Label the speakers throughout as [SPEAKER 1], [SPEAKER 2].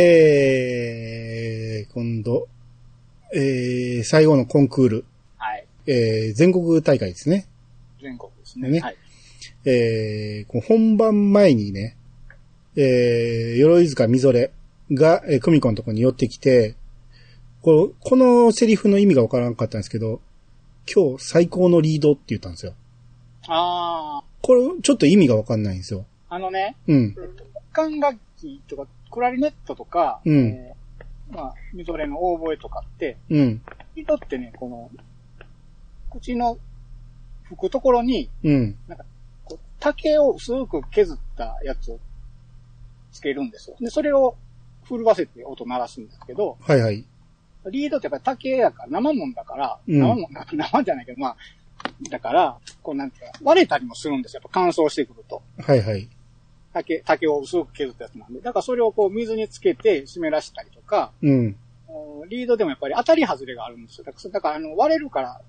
[SPEAKER 1] で、えー、今度、えー、最後のコンクール、
[SPEAKER 2] はい。
[SPEAKER 1] えー、全国大会ですね。
[SPEAKER 2] 全国です
[SPEAKER 1] ね
[SPEAKER 2] ね。はい。
[SPEAKER 1] えー、こう本番前にね、えー、鎧塚みぞれが、えー、久美子のとこに寄ってきて、こうこのセリフの意味がわからなかったんですけど、今日最高のリードって言ったんですよ。
[SPEAKER 2] あ
[SPEAKER 1] これ、ちょっと意味がわかんないんですよ。
[SPEAKER 2] あ、あのね、
[SPEAKER 1] うん。
[SPEAKER 2] 管楽器とか、クラリネットとか、
[SPEAKER 1] うん
[SPEAKER 2] えーまあ、みぞれのオーボエとかって、
[SPEAKER 1] うん。
[SPEAKER 2] 人ってね、この、口の吹くところに、
[SPEAKER 1] うん。
[SPEAKER 2] こう竹を薄く削ったやつをつけるんですよ。で、それを震わせて音鳴らすんですけど、
[SPEAKER 1] はいはい。
[SPEAKER 2] リードってやっぱ竹やから、生もんだから、
[SPEAKER 1] うん
[SPEAKER 2] 生もん、生じゃないけど、まあ、だから、こうなんていうか、割れたりもするんですよ。やっぱ乾燥してくると。
[SPEAKER 1] はいはい。
[SPEAKER 2] 竹、竹を薄く削ったやつなんで。だからそれをこう水につけて湿らしたりとか、
[SPEAKER 1] うん。
[SPEAKER 2] おリードでもやっぱり当たり外れがあるんですよ。だからそだからあの割れるから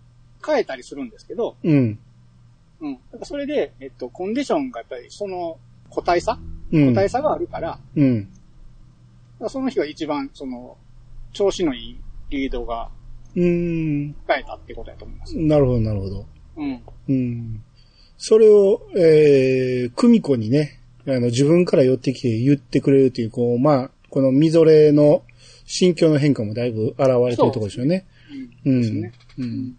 [SPEAKER 2] 変えたりするんですけど、
[SPEAKER 1] うん。
[SPEAKER 2] うん。だからそれで、えっと、コンディションがやっぱりその個体差
[SPEAKER 1] う
[SPEAKER 2] 個
[SPEAKER 1] ん。
[SPEAKER 2] 体差があるから、だか
[SPEAKER 1] うん。
[SPEAKER 2] らその日が一番その、調子のいいリードが
[SPEAKER 1] うーん。
[SPEAKER 2] 変えたってことだと思います。
[SPEAKER 1] なるほど、なるほど。
[SPEAKER 2] うん。
[SPEAKER 1] うん。それを、えー、久美子にね、あの、自分から寄ってきて言ってくれるという、こう、まあ、このみぞれの心境の変化もだいぶ現れてるところでしょうね。
[SPEAKER 2] うん
[SPEAKER 1] うん
[SPEAKER 2] ですね。
[SPEAKER 1] うん。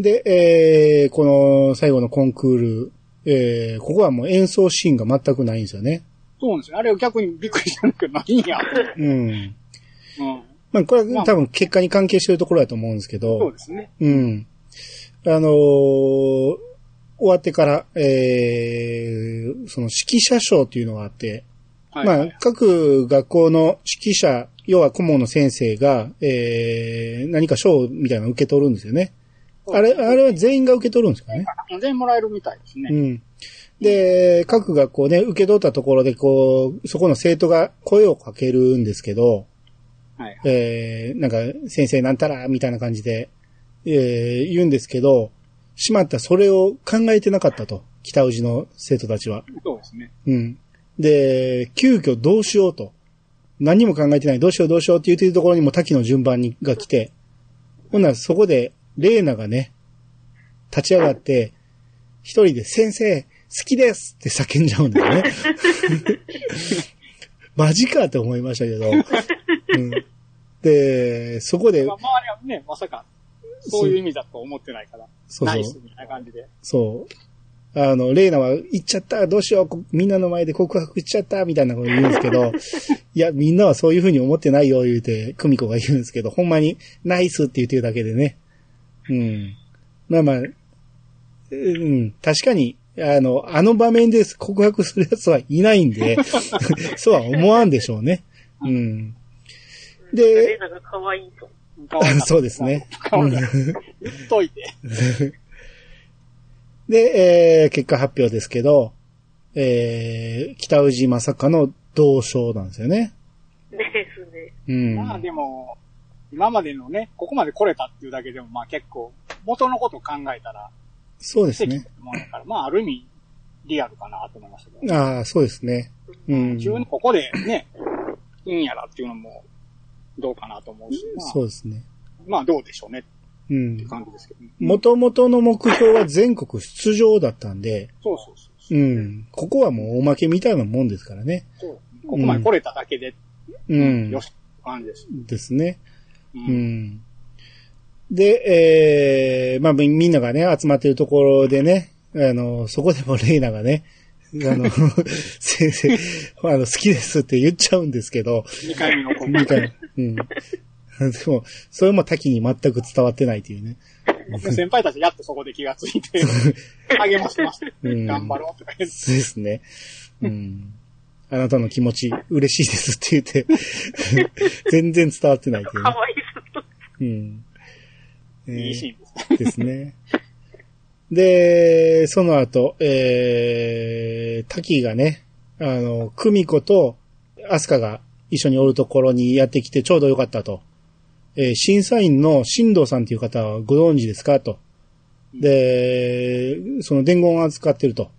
[SPEAKER 1] で、えー、この最後のコンクール、えー、ここはもう演奏シーンが全くないんですよね。
[SPEAKER 2] そうなんですよ。あれを逆にびっくりしたんだけど、何や。
[SPEAKER 1] うん。
[SPEAKER 2] うん。
[SPEAKER 1] まあ、これは多分結果に関係してるところだと思うんですけど。
[SPEAKER 2] そうですね。
[SPEAKER 1] うん。あのー終わってから、えー、その指揮者賞っていうのがあって、
[SPEAKER 2] はいはい。
[SPEAKER 1] まあ、各学校の指揮者、要は顧問の先生が、えー、何か賞みたいなのを受け取るんですよね。あれ、あれは全員が受け取るんですかね。
[SPEAKER 2] 全然もらえるみたいです
[SPEAKER 1] う
[SPEAKER 2] ね。
[SPEAKER 1] ん。で、各学校ね、受け取ったところで、こう、そこの生徒が声をかけるんですけど、
[SPEAKER 2] はいはい。
[SPEAKER 1] えー、なんか、先生なんたら、みたいな感じで、えー、言うんですけど、しまった、それを考えてなかったと。北宇治の生徒たちは。
[SPEAKER 2] そうですね。
[SPEAKER 1] うん。で、急遽どうしようと。何も考えてない、どうしようどうしようって言ってるところにも滝の順番にが来て、ほんならそこで、レーナがね、立ち上がって、一人で先生、好きですって叫んじゃうんだよね。 マジかって思いましたけど。うん、で、そこで
[SPEAKER 2] まあ、、周りはね、まさか、そういう意味だと思ってないから、
[SPEAKER 1] そう
[SPEAKER 2] ナ
[SPEAKER 1] そう
[SPEAKER 2] イスみたいな感じで。
[SPEAKER 1] そう。あの、レイナは、行っちゃった、どうしようこ、みんなの前で告白しちゃった、みたいなこと言うんですけど、いや、みんなはそういうふうに思ってないよ、言うて、久美子が言うんですけど、ほんまに、ナイスって言ってるだけでね。うん。まあまあ、うん、確かに、あの、あの場面で告白するやつはいないんで、そうは思わんでしょうね。うん。
[SPEAKER 3] レ
[SPEAKER 1] で、
[SPEAKER 3] ナが可愛いと。
[SPEAKER 2] 可愛かっ た
[SPEAKER 1] そうですね。
[SPEAKER 2] 可愛かった言っといて。
[SPEAKER 1] で、えー結果発表ですけど、えー北宇治まさかの同賞なんですよね。
[SPEAKER 3] ですね。
[SPEAKER 1] うん。
[SPEAKER 2] まあでも、今までのね、ここまで来れたっていうだけでも、まあ結構、元のこと考えたら、
[SPEAKER 1] そうです
[SPEAKER 2] 奇
[SPEAKER 1] ね
[SPEAKER 2] 跡だ。と思うから、まあある意味、リアルかなと思いましたけど、
[SPEAKER 1] ああ、そうですね。うん。
[SPEAKER 2] 急にここでね、いいんやらっていうのも、どうかなと思うし、まあ
[SPEAKER 1] そうですね。
[SPEAKER 2] まあどうでしょうねっ
[SPEAKER 1] う
[SPEAKER 2] てい
[SPEAKER 1] ん
[SPEAKER 2] う。感じですけど、ね
[SPEAKER 1] 元々の目標は全国出場だったんで、
[SPEAKER 2] そうそうそうそう
[SPEAKER 1] う。ん。ここはもうおまけみたいなもんですからね。
[SPEAKER 2] そうここまで来れただけで、
[SPEAKER 1] うん。
[SPEAKER 2] よし、感じです。
[SPEAKER 1] ですね。
[SPEAKER 2] う。
[SPEAKER 1] うんん。で、えー、まあみみんながね、集まってるところでね、あの、そこでもレイナがね、あの、先生、あの、好きですって言っちゃうんですけど、
[SPEAKER 2] 二回目のこ
[SPEAKER 1] みたいな。うん。でも、それも多岐に全く伝わってないっていうね。
[SPEAKER 2] と、 先輩たちやっとそこで気がつい て、励ましてました。
[SPEAKER 1] うん
[SPEAKER 2] 頑張ろうとか言って。
[SPEAKER 1] そうですね。うん。あなたの気持ち、嬉しいですって言って、全然伝わってないっていう
[SPEAKER 3] 可
[SPEAKER 1] ね。
[SPEAKER 3] 愛いと。
[SPEAKER 1] うん。えー
[SPEAKER 2] いいシーンです。
[SPEAKER 1] ですね。で、その後、えー、滝がね、あの、久美子とアスカが一緒におるところにやってきてちょうどよかったと。えー審査員の新藤さんという方はご存知ですかと。で、その伝言を扱ってると。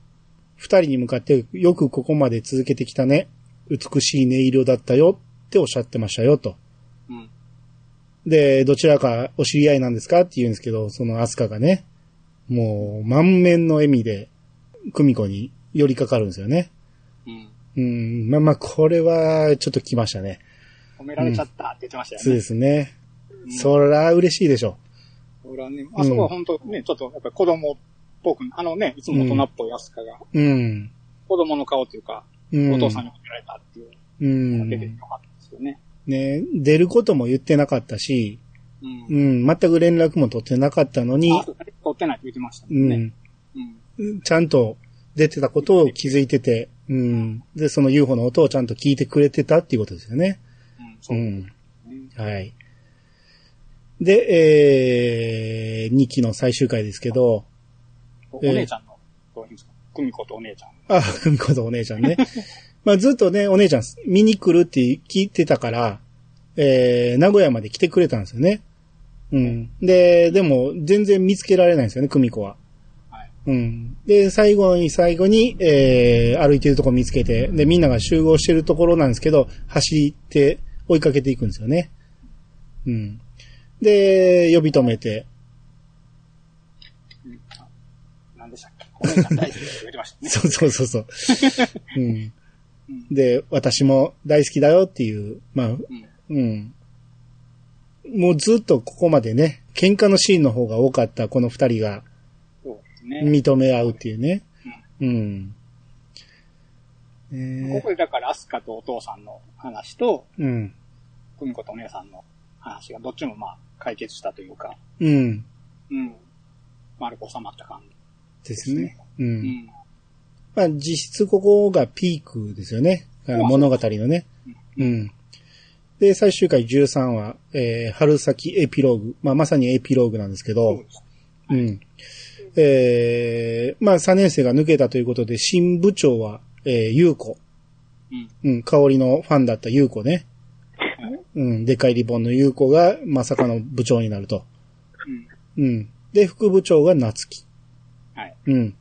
[SPEAKER 1] 二人に向かってよくここまで続けてきたね。美しい音色だったよっておっしゃってましたよと。
[SPEAKER 2] うん。
[SPEAKER 1] で、どちらかお知り合いなんですかって言うんですけど、そのアスカがね、もう満面の笑みで、クミコに寄りかかるんですよね。
[SPEAKER 2] うん。
[SPEAKER 1] うん、まあまあ、これはちょっと来ましたね。
[SPEAKER 2] 褒められちゃったって言ってましたよ
[SPEAKER 1] そう
[SPEAKER 2] ね。
[SPEAKER 1] ですね。
[SPEAKER 2] うん
[SPEAKER 1] そら嬉しいでしょ
[SPEAKER 2] 俺はね、あそこは本当ね、ちょっとやっぱり子供っぽく、あのね、いつも大人っぽいアスカが、
[SPEAKER 1] う。うん。
[SPEAKER 2] 子供の顔というか、
[SPEAKER 1] うん。
[SPEAKER 2] お父さんに褒められたっていう
[SPEAKER 1] う
[SPEAKER 2] の
[SPEAKER 1] ん。
[SPEAKER 2] が出てよ
[SPEAKER 1] ね、
[SPEAKER 2] かったですよね。
[SPEAKER 1] 出ることも言ってなかったし、
[SPEAKER 2] う。
[SPEAKER 1] うんん、全く連絡も取ってなかったのに、
[SPEAKER 2] あ、撮ってないって言ってましたも
[SPEAKER 1] うん
[SPEAKER 2] ね。
[SPEAKER 1] ん、
[SPEAKER 2] うん。
[SPEAKER 1] ちゃんと出てたことを気づいてて、うん。で、その UFO の音をちゃんと聞いてくれてたっていうことですよね。
[SPEAKER 2] うん。そううで
[SPEAKER 1] ん。
[SPEAKER 2] すね。
[SPEAKER 1] はい。で、えー、2期の最終回ですけど、
[SPEAKER 2] おお
[SPEAKER 1] ええ
[SPEAKER 2] 姉ちゃんの、どういうんですか久美子とお姉ちゃん。
[SPEAKER 1] あ、ふみことお姉ちゃん ね。まあずっとね、お姉ちゃん見に来るって聞いてたから、えー、名古屋まで来てくれたんですよね。うん。で、でも全然見つけられないんですよね、久美子は。
[SPEAKER 2] はい。
[SPEAKER 1] うん。で、最後に最後に、えー、歩いてるとこ見つけて、で、みんなが集合してるところなんですけど、走って追いかけていくんですよね。うん。で、呼び止めて、
[SPEAKER 2] うんあ何でしたっけお姉ちゃん大好きって言ってました ね。
[SPEAKER 1] そうそうそうそう。うん
[SPEAKER 2] うん。
[SPEAKER 1] で、私も大好きだよっていう、まあ、
[SPEAKER 2] うん。
[SPEAKER 1] うん。もうずっとここまでね、喧嘩のシーンの方が多かったこの二人が
[SPEAKER 2] そうですね。
[SPEAKER 1] 認め合うっていうね。うん。
[SPEAKER 2] こ
[SPEAKER 1] え
[SPEAKER 2] こでだから、アスカとお父さんの話と、
[SPEAKER 1] ーうん。
[SPEAKER 2] 久美子とお姉さんの話が、どっちもまあ、解決したというか、
[SPEAKER 1] うん。
[SPEAKER 2] うん。丸く収まった感じ。
[SPEAKER 1] ですね。う。
[SPEAKER 2] うんん。
[SPEAKER 1] まあ実質ここがピークですよね。あの物語のね。うん。で、最終回13話、えー春先エピローグ。まあまさにエピローグなんですけど。
[SPEAKER 2] そうです。
[SPEAKER 1] うん。えー、まあ3年生が抜けたということで、新部長は、えー、ゆうこ。
[SPEAKER 2] うん。
[SPEAKER 1] うん、香りのファンだったゆうこね。うん、でかいリボンのゆうこが、まさかの部長になると。
[SPEAKER 2] うん。
[SPEAKER 1] うん。で、副部長が夏希。
[SPEAKER 2] はい。
[SPEAKER 1] うん。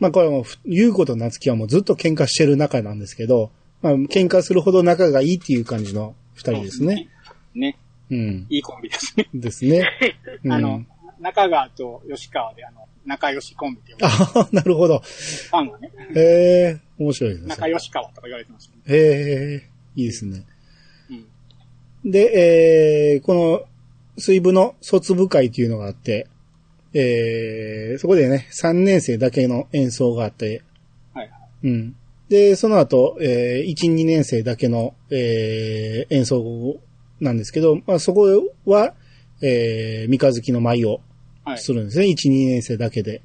[SPEAKER 1] まあこれはもう、ゆうこと夏希はもうずっと喧嘩してる仲なんですけど、まあ喧嘩するほど仲がいいっていう感じの二人ですね。。
[SPEAKER 2] ね。
[SPEAKER 1] うん。
[SPEAKER 2] いいコンビですね。
[SPEAKER 1] ですね。うん、
[SPEAKER 2] あの、中川と吉川で、あの、仲良しコンビって呼ばれて
[SPEAKER 1] あ、なるほど。
[SPEAKER 2] る、ファンはね、
[SPEAKER 1] ええ面白いですね
[SPEAKER 2] 仲。良し川とか言われてますね。
[SPEAKER 1] ええいいですね。
[SPEAKER 2] うん。
[SPEAKER 1] で、えーこの、水部の卒部会というのがあって、えーそこでね、3年生だけの演奏があって、
[SPEAKER 2] はい。
[SPEAKER 1] うん。で、その後、えー1、2年生だけの、えー演奏なんですけど、まあ、そこは、えー三日月の舞を
[SPEAKER 2] はい。
[SPEAKER 1] するんですね。1、2年生だけで。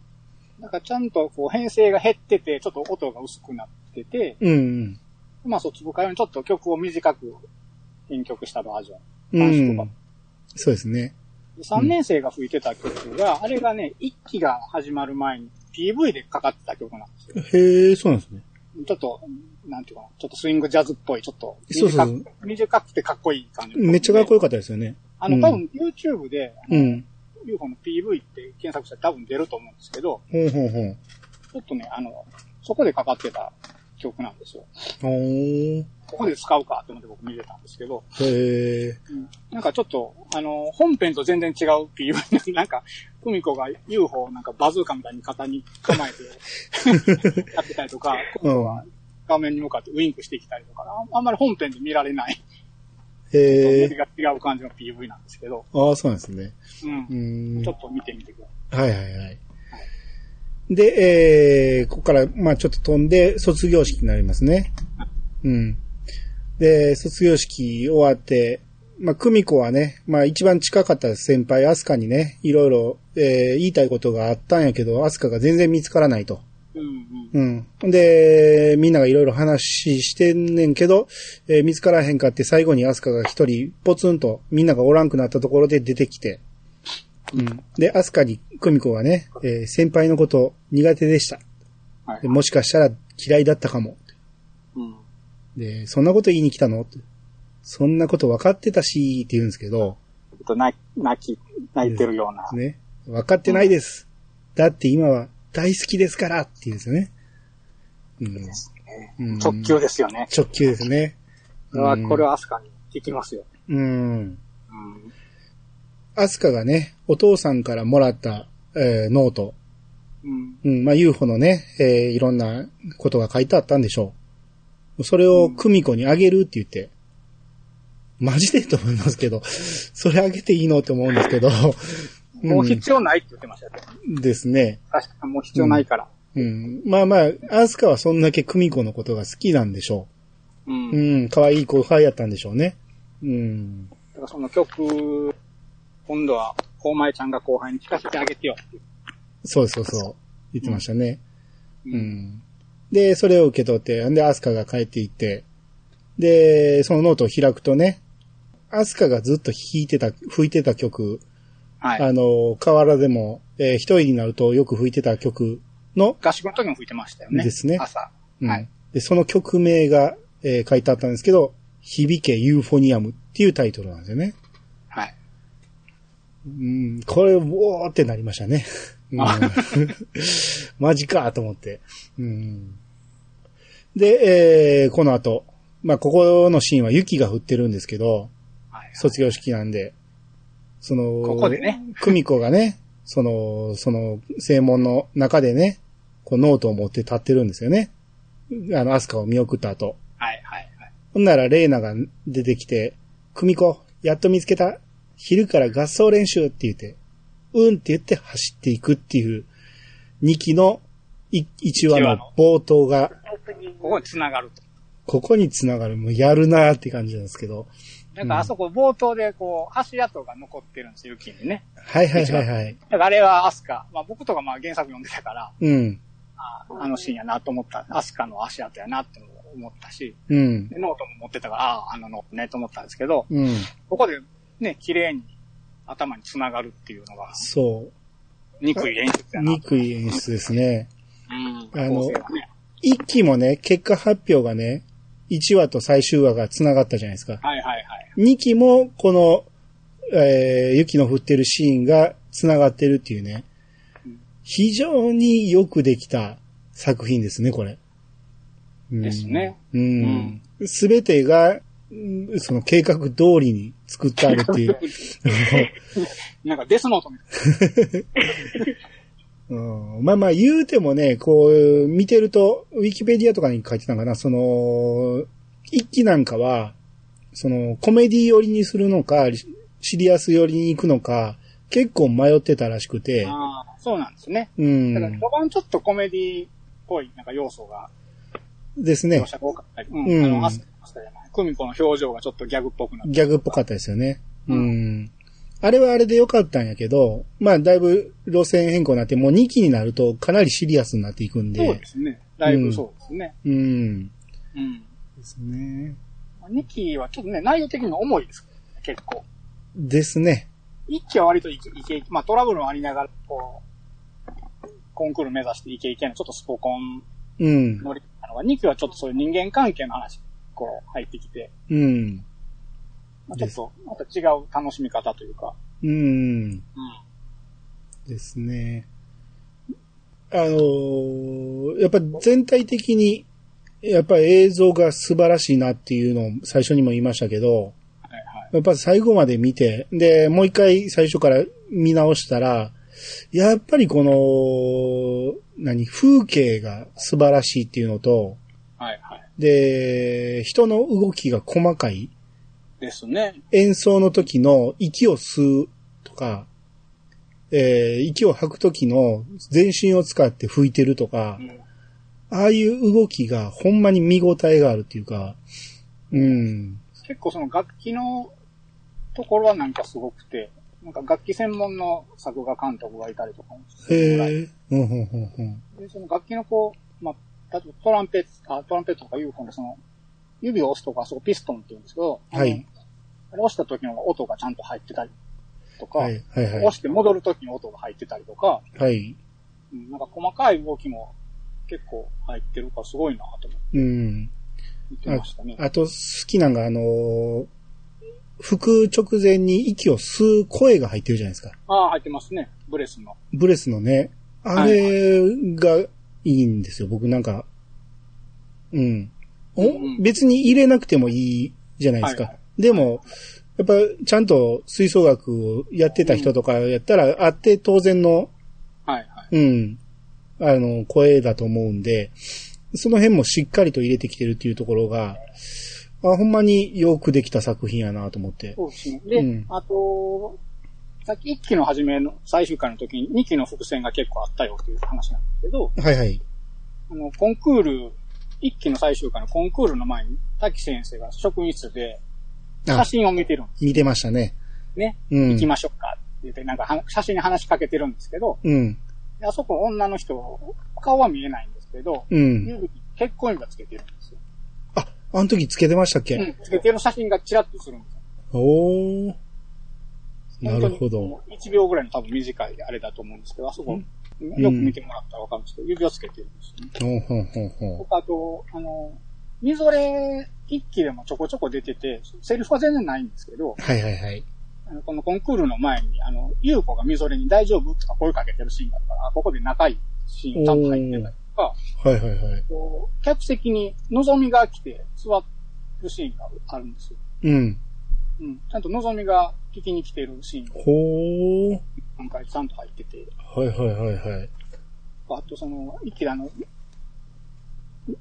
[SPEAKER 2] なんかちゃんとこう編成が減ってて、ちょっと音が薄くなってて、
[SPEAKER 1] うん。
[SPEAKER 2] まあ卒業会用にちょっと曲を短く編曲したバージョン。
[SPEAKER 1] う
[SPEAKER 2] あそうか
[SPEAKER 1] ん。そうですね。
[SPEAKER 2] で3年生が吹いてた曲が、あれがね、1期が始まる前に PV でかかってた曲なんですよ。
[SPEAKER 1] へえ、そうなんですね。
[SPEAKER 2] ちょっと、なんていうかな、ちょっとスイングジャズっぽい、ちょっと
[SPEAKER 1] そうそ
[SPEAKER 2] 短
[SPEAKER 1] う
[SPEAKER 2] く短くてかっこいい感じの曲で。
[SPEAKER 1] めっちゃかっこよかったですよね。
[SPEAKER 2] あの、
[SPEAKER 1] うん
[SPEAKER 2] 多分 YouTube で、あの
[SPEAKER 1] うん。
[SPEAKER 2] UFO の PV って検索したら多分出ると思うんですけど、
[SPEAKER 1] ほうほうほう。
[SPEAKER 2] ちょっとね、あの、そこでかかってた曲なんですよ。
[SPEAKER 1] おー。
[SPEAKER 2] ここで使うかと思って僕見てたんですけど、
[SPEAKER 1] へえ。
[SPEAKER 2] なんかちょっと、あの、本編と全然違う PV、なんか、久美子が UFO をなんかバズーカみたいに肩に構えて やってたりとか、
[SPEAKER 1] う
[SPEAKER 2] 久美子
[SPEAKER 1] ん。
[SPEAKER 2] が画面に向かってウィンクしてきたりとか、ああんまり本編で見られない、
[SPEAKER 1] へ
[SPEAKER 2] え
[SPEAKER 1] え。
[SPEAKER 2] が違う感じの PV なんですけど、
[SPEAKER 1] ああ、そうなんですね。
[SPEAKER 2] うん
[SPEAKER 1] う。ーん。
[SPEAKER 2] ちょ
[SPEAKER 1] は
[SPEAKER 2] っと見てみてくださ
[SPEAKER 1] いはいはい。で、えー、ここから、まあちょっと飛んで、卒業式になりますね。うん。で、卒業式終わって、まあ、久美子はね、まあ、一番近かった先輩、アスカにね、いろいろ、えー、言いたいことがあったんやけど、アスカが全然見つからないと。
[SPEAKER 2] い。うんうん。
[SPEAKER 1] うん。で、みんながいろいろ話してんねんけど、えー見つからへんかって最後にアスカが一人ポツンとみんながおらんくなったところで出てきて、うん。で、アスカに久美子がね、えー先輩のこと苦手でした。
[SPEAKER 2] はい
[SPEAKER 1] で。もしかしたら嫌いだったかも。
[SPEAKER 2] うん。
[SPEAKER 1] で、そんなこと言いに来たのってそんなこと分かってたし、って言うんですけど、
[SPEAKER 2] ちょっと泣き、泣き、泣いてるような。
[SPEAKER 1] ね。分かってないです。だって今は大好きですからって言うんですよね。うん。
[SPEAKER 2] ね
[SPEAKER 1] うん。
[SPEAKER 2] 直球ですよね。
[SPEAKER 1] 直球ですね。
[SPEAKER 2] うわ
[SPEAKER 1] うん
[SPEAKER 2] これはアスカに行きますよ。
[SPEAKER 1] うん。
[SPEAKER 2] うん。
[SPEAKER 1] アスカがね、お父さんからもらった、えーノート。
[SPEAKER 2] うん。
[SPEAKER 1] うん、まあ UFO のね、えーいろんなことが書いてあったんでしょう。それをクミコにあげるって言って。マジでと思いますけど、それあげていいのって思うんですけど。
[SPEAKER 2] もう必要ないって言ってましたよ、ね。
[SPEAKER 1] うんですね。
[SPEAKER 2] 確かにもう必要ないから。
[SPEAKER 1] うん。まあまあ、アスカはそんだけクミコのことが好きなんでしょ
[SPEAKER 2] うん。
[SPEAKER 1] う。うん、可愛い後輩やったんでしょうね。うん。
[SPEAKER 2] だからその曲、今度は、大前ちゃんが後輩に聞かせてあげてよっていう。
[SPEAKER 1] そうそうそう。言ってましたね。
[SPEAKER 2] う
[SPEAKER 1] う。ん。で、それを受け取って、で、アスカが帰っていって、で、そのノートを開くとね、アスカがずっと弾いてた、吹いてた曲、
[SPEAKER 2] はい。
[SPEAKER 1] あの、河原でも、えー一人になるとよく吹いてた曲の、
[SPEAKER 2] 合宿の時も吹いてましたよね。
[SPEAKER 1] ですね
[SPEAKER 2] 朝。
[SPEAKER 1] うん
[SPEAKER 2] はい。
[SPEAKER 1] で、その曲名が、えー書いてあったんですけど、響けユーフォニアムっていうタイトルなんですよね。
[SPEAKER 2] はい。
[SPEAKER 1] うん、これ、おーってなりましたね。うん
[SPEAKER 2] あ
[SPEAKER 1] マジかと思って。うん、で、えーこの後、まあ、ここのシーンは雪が降ってるんですけど、
[SPEAKER 2] はい。
[SPEAKER 1] 卒業式なんで、その、
[SPEAKER 2] ここでね。
[SPEAKER 1] 久美子がね、その、その、正門の中でね、こうノートを持って立ってるんですよね。あの、アスカを見送った後。
[SPEAKER 2] はい、はい、はい。
[SPEAKER 1] ほんなら、レイナが出てきて、組子、やっと見つけた。昼から合奏練習って言って、うんって言って走っていくっていう、2期の1話の冒頭が、
[SPEAKER 3] オープニング。
[SPEAKER 2] ここに繋がると。
[SPEAKER 1] ここに繋がる。もうやるなーって感じなんですけど。
[SPEAKER 2] なんかあそこ冒頭でこう、足跡が残ってるんですよ、雪にね。
[SPEAKER 1] はいはいはいはい。
[SPEAKER 2] だからあれはアスカ。まあ僕とかまあ原作読んでたから、
[SPEAKER 1] うん。
[SPEAKER 2] ああのシーンやなと思った。アスカの足跡やなって思ったし、
[SPEAKER 1] うん
[SPEAKER 2] で。ノートも持ってたから、ああ、あのノートねと思ったんですけど、
[SPEAKER 1] うん。
[SPEAKER 2] ここでね、綺麗に頭に繋がるっていうのが、
[SPEAKER 1] そ
[SPEAKER 2] 憎い演出
[SPEAKER 1] う。
[SPEAKER 2] やな。
[SPEAKER 1] 憎い演出ですね。
[SPEAKER 2] うん。
[SPEAKER 1] あの
[SPEAKER 2] 構成がね。
[SPEAKER 1] 1期もね、結果発表がね、1話と最終話が繋がったじゃないですか。
[SPEAKER 2] はいはいはい。
[SPEAKER 1] 2期もこの、えー雪の降ってるシーンが繋がってるっていうね
[SPEAKER 2] うん。
[SPEAKER 1] 非常によくできた作品ですね、これ。うん
[SPEAKER 2] ですね。
[SPEAKER 1] うん。すべ、てが、うんその計画通りに作ってあるっていう。
[SPEAKER 2] なんかデスノートみたい
[SPEAKER 1] うんまあまあ言うてもね、こう、見てると、ウィキペディアとかに書いてたのかな、その、一期なんかは、その、コメディ寄りにするのか、シシリアス寄りに行くのか、結構迷ってたらしくて
[SPEAKER 2] な。、ああ、そうなんですね。
[SPEAKER 1] う
[SPEAKER 2] だから
[SPEAKER 1] ん
[SPEAKER 2] 序。盤ちょっとコメディっぽいなんか要素が
[SPEAKER 1] ですね
[SPEAKER 2] 描。写が多かったり、う
[SPEAKER 1] うん
[SPEAKER 2] ん。あの、アスカじゃない。クミコの表情がちょっとギャグっぽくなって。
[SPEAKER 1] ギャグっぽかったですよね。う
[SPEAKER 2] うん
[SPEAKER 1] ん。あれはあれで良かったんやけど、まあだいぶ路線変更になって、もう2期になるとかなりシリアスになっていくん
[SPEAKER 2] そう
[SPEAKER 1] で
[SPEAKER 2] で。すね。だいぶそうですね。
[SPEAKER 1] うん。で
[SPEAKER 2] うん。
[SPEAKER 1] すね。
[SPEAKER 2] 2期はちょっとね、内容的にも重いです、結構。
[SPEAKER 1] ですね。
[SPEAKER 2] 1期は割とイケイケ、まあトラブルもありながら、こう、コンクール目指してイケイケのちょっとスポコン
[SPEAKER 1] うん。
[SPEAKER 2] 乗りなのが、2期はちょっとそういう人間関係の話、こう入ってきて、
[SPEAKER 1] うん。
[SPEAKER 2] まあ、ちょっと、また違う楽しみ方というか、
[SPEAKER 1] うん。
[SPEAKER 2] う
[SPEAKER 1] ですね。あのーやっぱ全体的に、やっぱ映像が素晴らしいなっていうのを最初にも言いましたけど、
[SPEAKER 2] ん。はいはい。
[SPEAKER 1] やっぱ最後まで見て、で、もう一回最初から見直したら、やっぱりこの、何、風景が素晴らしいっていうのと、
[SPEAKER 2] はいはい。
[SPEAKER 1] で、人の動きが細かい。
[SPEAKER 2] ですね。
[SPEAKER 1] 演奏の時の息を吸うとか、えー息を吐く時の全身を使って吹いてるとか
[SPEAKER 2] う、ん。
[SPEAKER 1] ああいう動きがほんまに見応えがあるっていうか、うん、
[SPEAKER 2] 結構その楽器のところはなんかすごくて、なんか楽器専門の作画監督がいたりとかもするぐらい
[SPEAKER 1] へえ、うん、うん、うん、うん、
[SPEAKER 2] で、その楽器のこう、まあ、例えばトランペット、あトランペットとか UFO のその、指を押すとか、そこピストンって言うんですけど、あの
[SPEAKER 1] はい。
[SPEAKER 2] あれ押した時の音がちゃんと入ってたりとか、
[SPEAKER 1] はい、はい、は
[SPEAKER 2] 押して戻る時の音が入ってたりとか、
[SPEAKER 1] い。はい、
[SPEAKER 2] うんなんか細かい動きも結構入ってるからすごいなと思って
[SPEAKER 1] うん。
[SPEAKER 2] 見てましたね。
[SPEAKER 1] あと、好きなんが、あのー、服直前に息を吸う声が入ってるじゃないですか。
[SPEAKER 2] ああ、入ってますね。ブレスの。
[SPEAKER 1] ブレスのね、あれがいいんですよ。僕なんか、うん。
[SPEAKER 2] うん
[SPEAKER 1] お別に入れなくてもいいじゃないですか。
[SPEAKER 2] はいは
[SPEAKER 1] でも、やっぱちゃんと吹奏楽をやってた人とかやったら、あって当然の、
[SPEAKER 2] はいはい。
[SPEAKER 1] うん、あの、声だと思うんで、その辺もしっかりと入れてきてるっていうところが、あ、ほんまによくできた作品やなと思って。
[SPEAKER 2] そうですね。で、
[SPEAKER 1] うん
[SPEAKER 2] あと、さっき1期の初めの最終回の時に2期の伏線が結構あったよという話なんですけど、
[SPEAKER 1] はいはい。
[SPEAKER 2] あの、コンクール、1期の最終回のコンクールの前に、滝先生が職員室で写
[SPEAKER 1] あ、
[SPEAKER 2] 真を見てるんです
[SPEAKER 1] 見てましたね。
[SPEAKER 2] ね。
[SPEAKER 1] うん。
[SPEAKER 2] 行きましょうかって言って、なんかは写真に話しかけてるんですけど、
[SPEAKER 1] うん。
[SPEAKER 2] であそこ女の人、顔は見えないんですけど、
[SPEAKER 1] うん。
[SPEAKER 2] 指に結婚指輪つけてるんですよ。
[SPEAKER 1] あ、あの時つけてましたっけ、
[SPEAKER 2] うん、つけてる写真がちらっとするんですよ。
[SPEAKER 1] おー。なるほど。
[SPEAKER 2] 本当に1秒ぐらいの多分短いあれだと思うんですけど、あそこ、よく見てもらったらわかるんですけど、指輪つけてるんですよね。
[SPEAKER 1] ほうほうほうほ
[SPEAKER 2] 僕あと、あの、みぞれ一期でもちょこちょこ出てて、セリフは全然ないんですけど、
[SPEAKER 1] う。はいはいはい。
[SPEAKER 2] あのこのコンクールの前に、あの、ゆうこがみぞれに大丈夫とか声かけてるシーンがあるから、あここで仲いいシーンちゃんと入ってたりとか、
[SPEAKER 1] はいはいはい。
[SPEAKER 2] こう客席にのぞみが来て座るシーンがあるんですよ。
[SPEAKER 1] うん。
[SPEAKER 2] うん。ちゃんとのぞみが聞きに来てるシーンが
[SPEAKER 1] ほー。
[SPEAKER 2] 今回ちゃんと入ってて、
[SPEAKER 1] はいはいはいはい。
[SPEAKER 2] あとその、一気であの、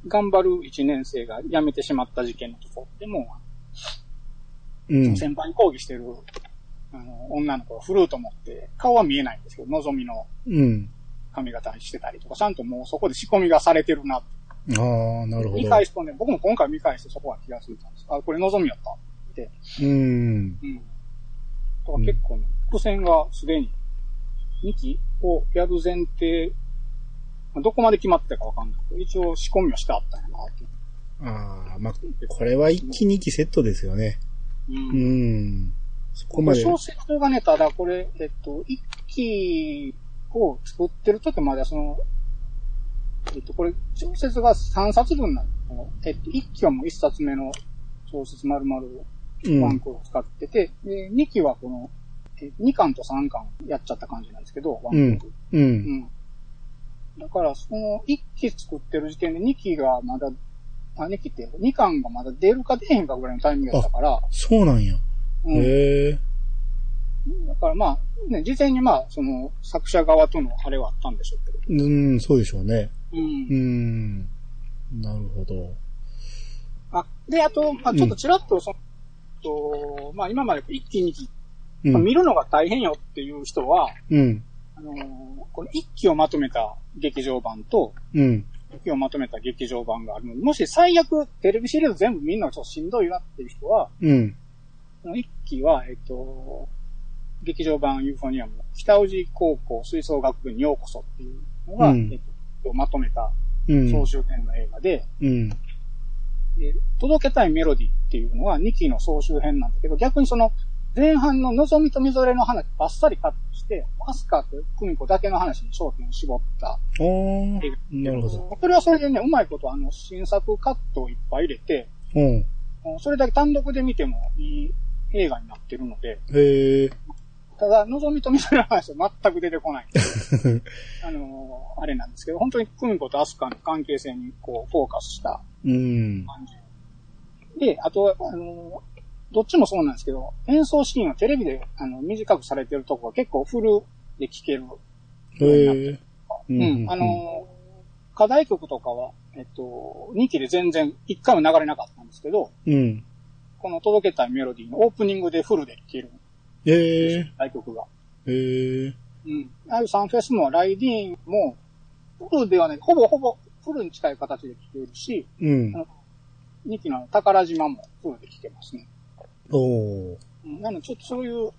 [SPEAKER 2] 頑張る一年生が辞めてしまった事件のところでも、
[SPEAKER 1] うん。
[SPEAKER 2] 先輩に抗議してる、あの、女の子がフルート持って、顔は見えないんですけど、のぞみの
[SPEAKER 1] うん。
[SPEAKER 2] 髪型にしてたりとか、ちゃんともうそこで仕込みがされてるなって。
[SPEAKER 1] あー、なるほ
[SPEAKER 2] 見
[SPEAKER 1] ど
[SPEAKER 2] 返。すとね、僕も今回見返してそこは気がついたんです。あ、これのぞみやったって。
[SPEAKER 1] うん。
[SPEAKER 2] うん。とか結構ね、伏線がすでに、2期をやる前提、まあどこまで決まってたかわかんないけど、一応仕込みはしてあったんやなって。
[SPEAKER 1] あー、まあ、これは一期二期セットですよね。
[SPEAKER 2] う
[SPEAKER 1] う。ん。そこまで。
[SPEAKER 2] 小説がね、ただこれ、えっと、一期を作ってる時まではその、えっと、これ、小説が3冊分なの。えっと、一期はもう1冊目の小説丸々
[SPEAKER 1] うん。
[SPEAKER 2] ワ
[SPEAKER 1] は
[SPEAKER 2] ンクを使ってて、で、2期はこの、え2巻と3巻やっちゃった感じなんですけど、ワンク、
[SPEAKER 1] う。
[SPEAKER 2] うんん。だから、その1期作ってる時点で2期がまだ、あ、2期って2巻がまだ出るか出へんかぐらいのタイミングだったから、
[SPEAKER 1] そうなんや。
[SPEAKER 2] うん。
[SPEAKER 1] へー。
[SPEAKER 2] だからまあ、ね、事前にまあ、その、作者側とのあれはあったんでしょうけど。
[SPEAKER 1] うん、そうでしょうね。
[SPEAKER 2] う。
[SPEAKER 1] うんん。なるほど。
[SPEAKER 2] あ、で、あと、まあ、
[SPEAKER 1] うん
[SPEAKER 2] ちょっとちらっと、その、と、まあ、今まで一期二期、
[SPEAKER 1] う
[SPEAKER 2] まあ見
[SPEAKER 1] ん。
[SPEAKER 2] るのが大変よっていう人は、
[SPEAKER 1] うん。
[SPEAKER 2] あのーこの一期をまとめた劇場版と、
[SPEAKER 1] うん。
[SPEAKER 2] 一期をまとめた劇場版があるので、もし最悪テレビシリーズ全部見るのはちょっとしんどいなっていう人は、
[SPEAKER 1] うん。
[SPEAKER 2] この一期は、えっと、劇場版ユーフォニアム、北宇治高校吹奏楽部にようこそっていうのが、
[SPEAKER 1] うん
[SPEAKER 2] えっと、まとめた
[SPEAKER 1] うん。
[SPEAKER 2] 総集編の映画で、
[SPEAKER 1] うん。
[SPEAKER 2] で届けたいメロディーっていうのは2期の総集編なんだけど、逆にその前半の望みとみぞれの話ばっさりカットして、アスカと久美子だけの話に焦点を絞った。
[SPEAKER 1] あー。なるほど。
[SPEAKER 2] それはそれでね、うまいことあの新作カットをいっぱい入れて、
[SPEAKER 1] うん。
[SPEAKER 2] うんそれだけ単独で見てもいい映画になってるので、
[SPEAKER 1] へえ。
[SPEAKER 2] ただ、望みとみぞれの話は全く出てこない。あのーあれなんですけど、本当に久美子とアスカの関係性にこうフォーカスした
[SPEAKER 1] うん。
[SPEAKER 2] 感じ。で、あと、あの、どっちもそうなんですけど、演奏シーンはテレビであの短くされてるとこが結構フルで聴ける。
[SPEAKER 1] へえ。う
[SPEAKER 2] うん。あ、の、課題曲とかは、えっと、2期で全然1回も流れなかったんですけど、
[SPEAKER 1] うん。
[SPEAKER 2] この届けたいメロディーのオープニングでフルで聴ける
[SPEAKER 1] へえ。
[SPEAKER 2] 課題曲が。
[SPEAKER 1] へえ。
[SPEAKER 2] うん。あるサンフェスもライディーンも、フルではね、ほぼほぼフルに近い形で聴けるし、
[SPEAKER 1] うん。
[SPEAKER 2] 2期の宝島もフルで聴けますね。
[SPEAKER 1] おお。
[SPEAKER 2] うんなので、ちょっとそういう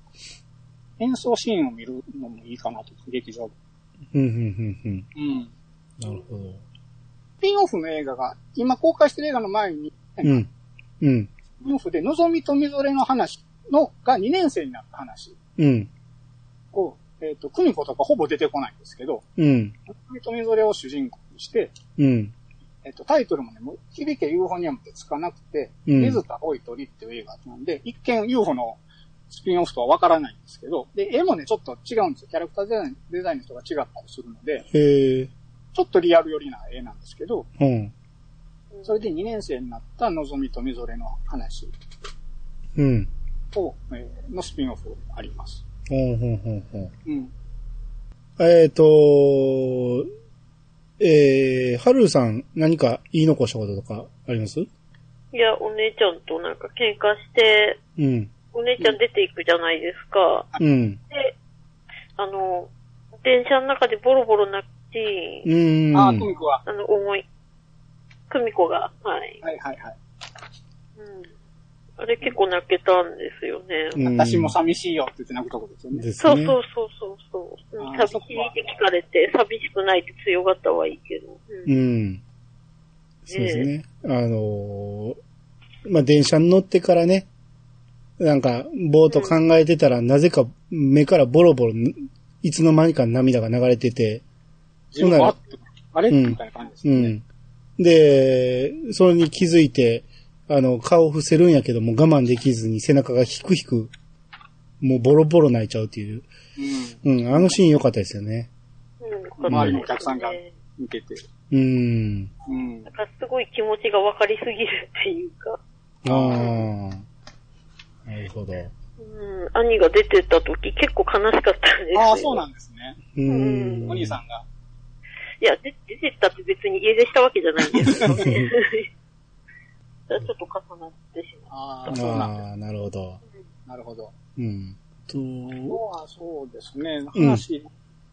[SPEAKER 2] 演奏シーンを見るのもいいかなと、劇場。
[SPEAKER 1] うん、うん、うん、うん。
[SPEAKER 2] うん。
[SPEAKER 1] なるほど。
[SPEAKER 2] スピンオフの映画が、今公開してる映画の前に、
[SPEAKER 1] うん。うん。
[SPEAKER 2] スピンオフで、のぞみとみぞれの話の、が2年生になった話
[SPEAKER 1] うん。
[SPEAKER 2] を、えっ、と、久美子とかほぼ出てこないんですけど、
[SPEAKER 1] うん。
[SPEAKER 2] のぞみとみぞれを主人公にして、
[SPEAKER 1] うん。
[SPEAKER 2] えっ、と、タイトルもね、もう響け UFO にはもってつかなくて、
[SPEAKER 1] うん
[SPEAKER 2] 水田おい鳥っていう映画なんで、一見 UFO のスピンオフとはわからないんですけど、で、絵もね、ちょっと違うんですよ。キャラクターデザインデザインの人が違ったりするので、
[SPEAKER 1] へえ。
[SPEAKER 2] ちょっとリアル寄りな絵なんですけど、
[SPEAKER 1] うん。
[SPEAKER 2] えっそれで2年生になったのぞみとみぞれの話
[SPEAKER 1] うん。
[SPEAKER 2] を、えーのスピンオフあります。
[SPEAKER 1] ほうほうほうほう。
[SPEAKER 2] うん。
[SPEAKER 1] えっ、と、えー、はるさん何か言い残したこととかあります
[SPEAKER 3] いや、お姉ちゃんとなんか喧嘩して、
[SPEAKER 1] うん。
[SPEAKER 3] お姉ちゃん出ていくじゃないですか。
[SPEAKER 1] うん。
[SPEAKER 3] で、あの、電車の中でボロボロ泣くシー
[SPEAKER 1] う
[SPEAKER 3] ン、
[SPEAKER 1] ん。
[SPEAKER 2] ああ、トミコは。
[SPEAKER 3] あの、重い。久美子が、はい。
[SPEAKER 2] はいはいはい。
[SPEAKER 3] うん。あれ結構泣けたんですよね。
[SPEAKER 1] うん
[SPEAKER 2] 私も寂しいよって言って泣くとこですよね。
[SPEAKER 1] です
[SPEAKER 3] そう
[SPEAKER 1] ね。
[SPEAKER 3] そうそうそうそう、うん
[SPEAKER 2] あー
[SPEAKER 3] 寂しいって聞かれて、寂しくないって強がったはいいけど。うん
[SPEAKER 1] うん。そうですね。あのーまあ、電車に乗ってからね、なんか、ぼーっと考えてたら、なぜか目からボロボロ、いつの間にか涙が流れてて、
[SPEAKER 2] 自分は、あれみたいな感じです
[SPEAKER 1] う
[SPEAKER 2] よね。
[SPEAKER 1] ん。で、それに気づいて、あの、顔を伏せるんやけども我慢できずに背中がひくひく、もうボロボロ泣いちゃうっていう。うん、あのシーン良かったですよね。
[SPEAKER 3] うんよかったですね
[SPEAKER 2] 周りのお客さんがうん。受けて。
[SPEAKER 1] うん。
[SPEAKER 2] うん
[SPEAKER 3] な。んかすごい気持ちが分かりすぎるっていうか、
[SPEAKER 1] ああ。なるほど。う
[SPEAKER 3] うん、兄が出てった時結構悲しかったんですよ
[SPEAKER 2] ああ、そうなんですね。
[SPEAKER 1] ん。
[SPEAKER 2] お兄さんが。
[SPEAKER 3] いや、で出てったって別に家出したわけじゃないんです けどね。ちょっと重なってしま
[SPEAKER 2] ああ、そうなんです。
[SPEAKER 1] ああ、なるほど。
[SPEAKER 2] なるほど。
[SPEAKER 1] うん。と、
[SPEAKER 2] 今日はそうですね、話、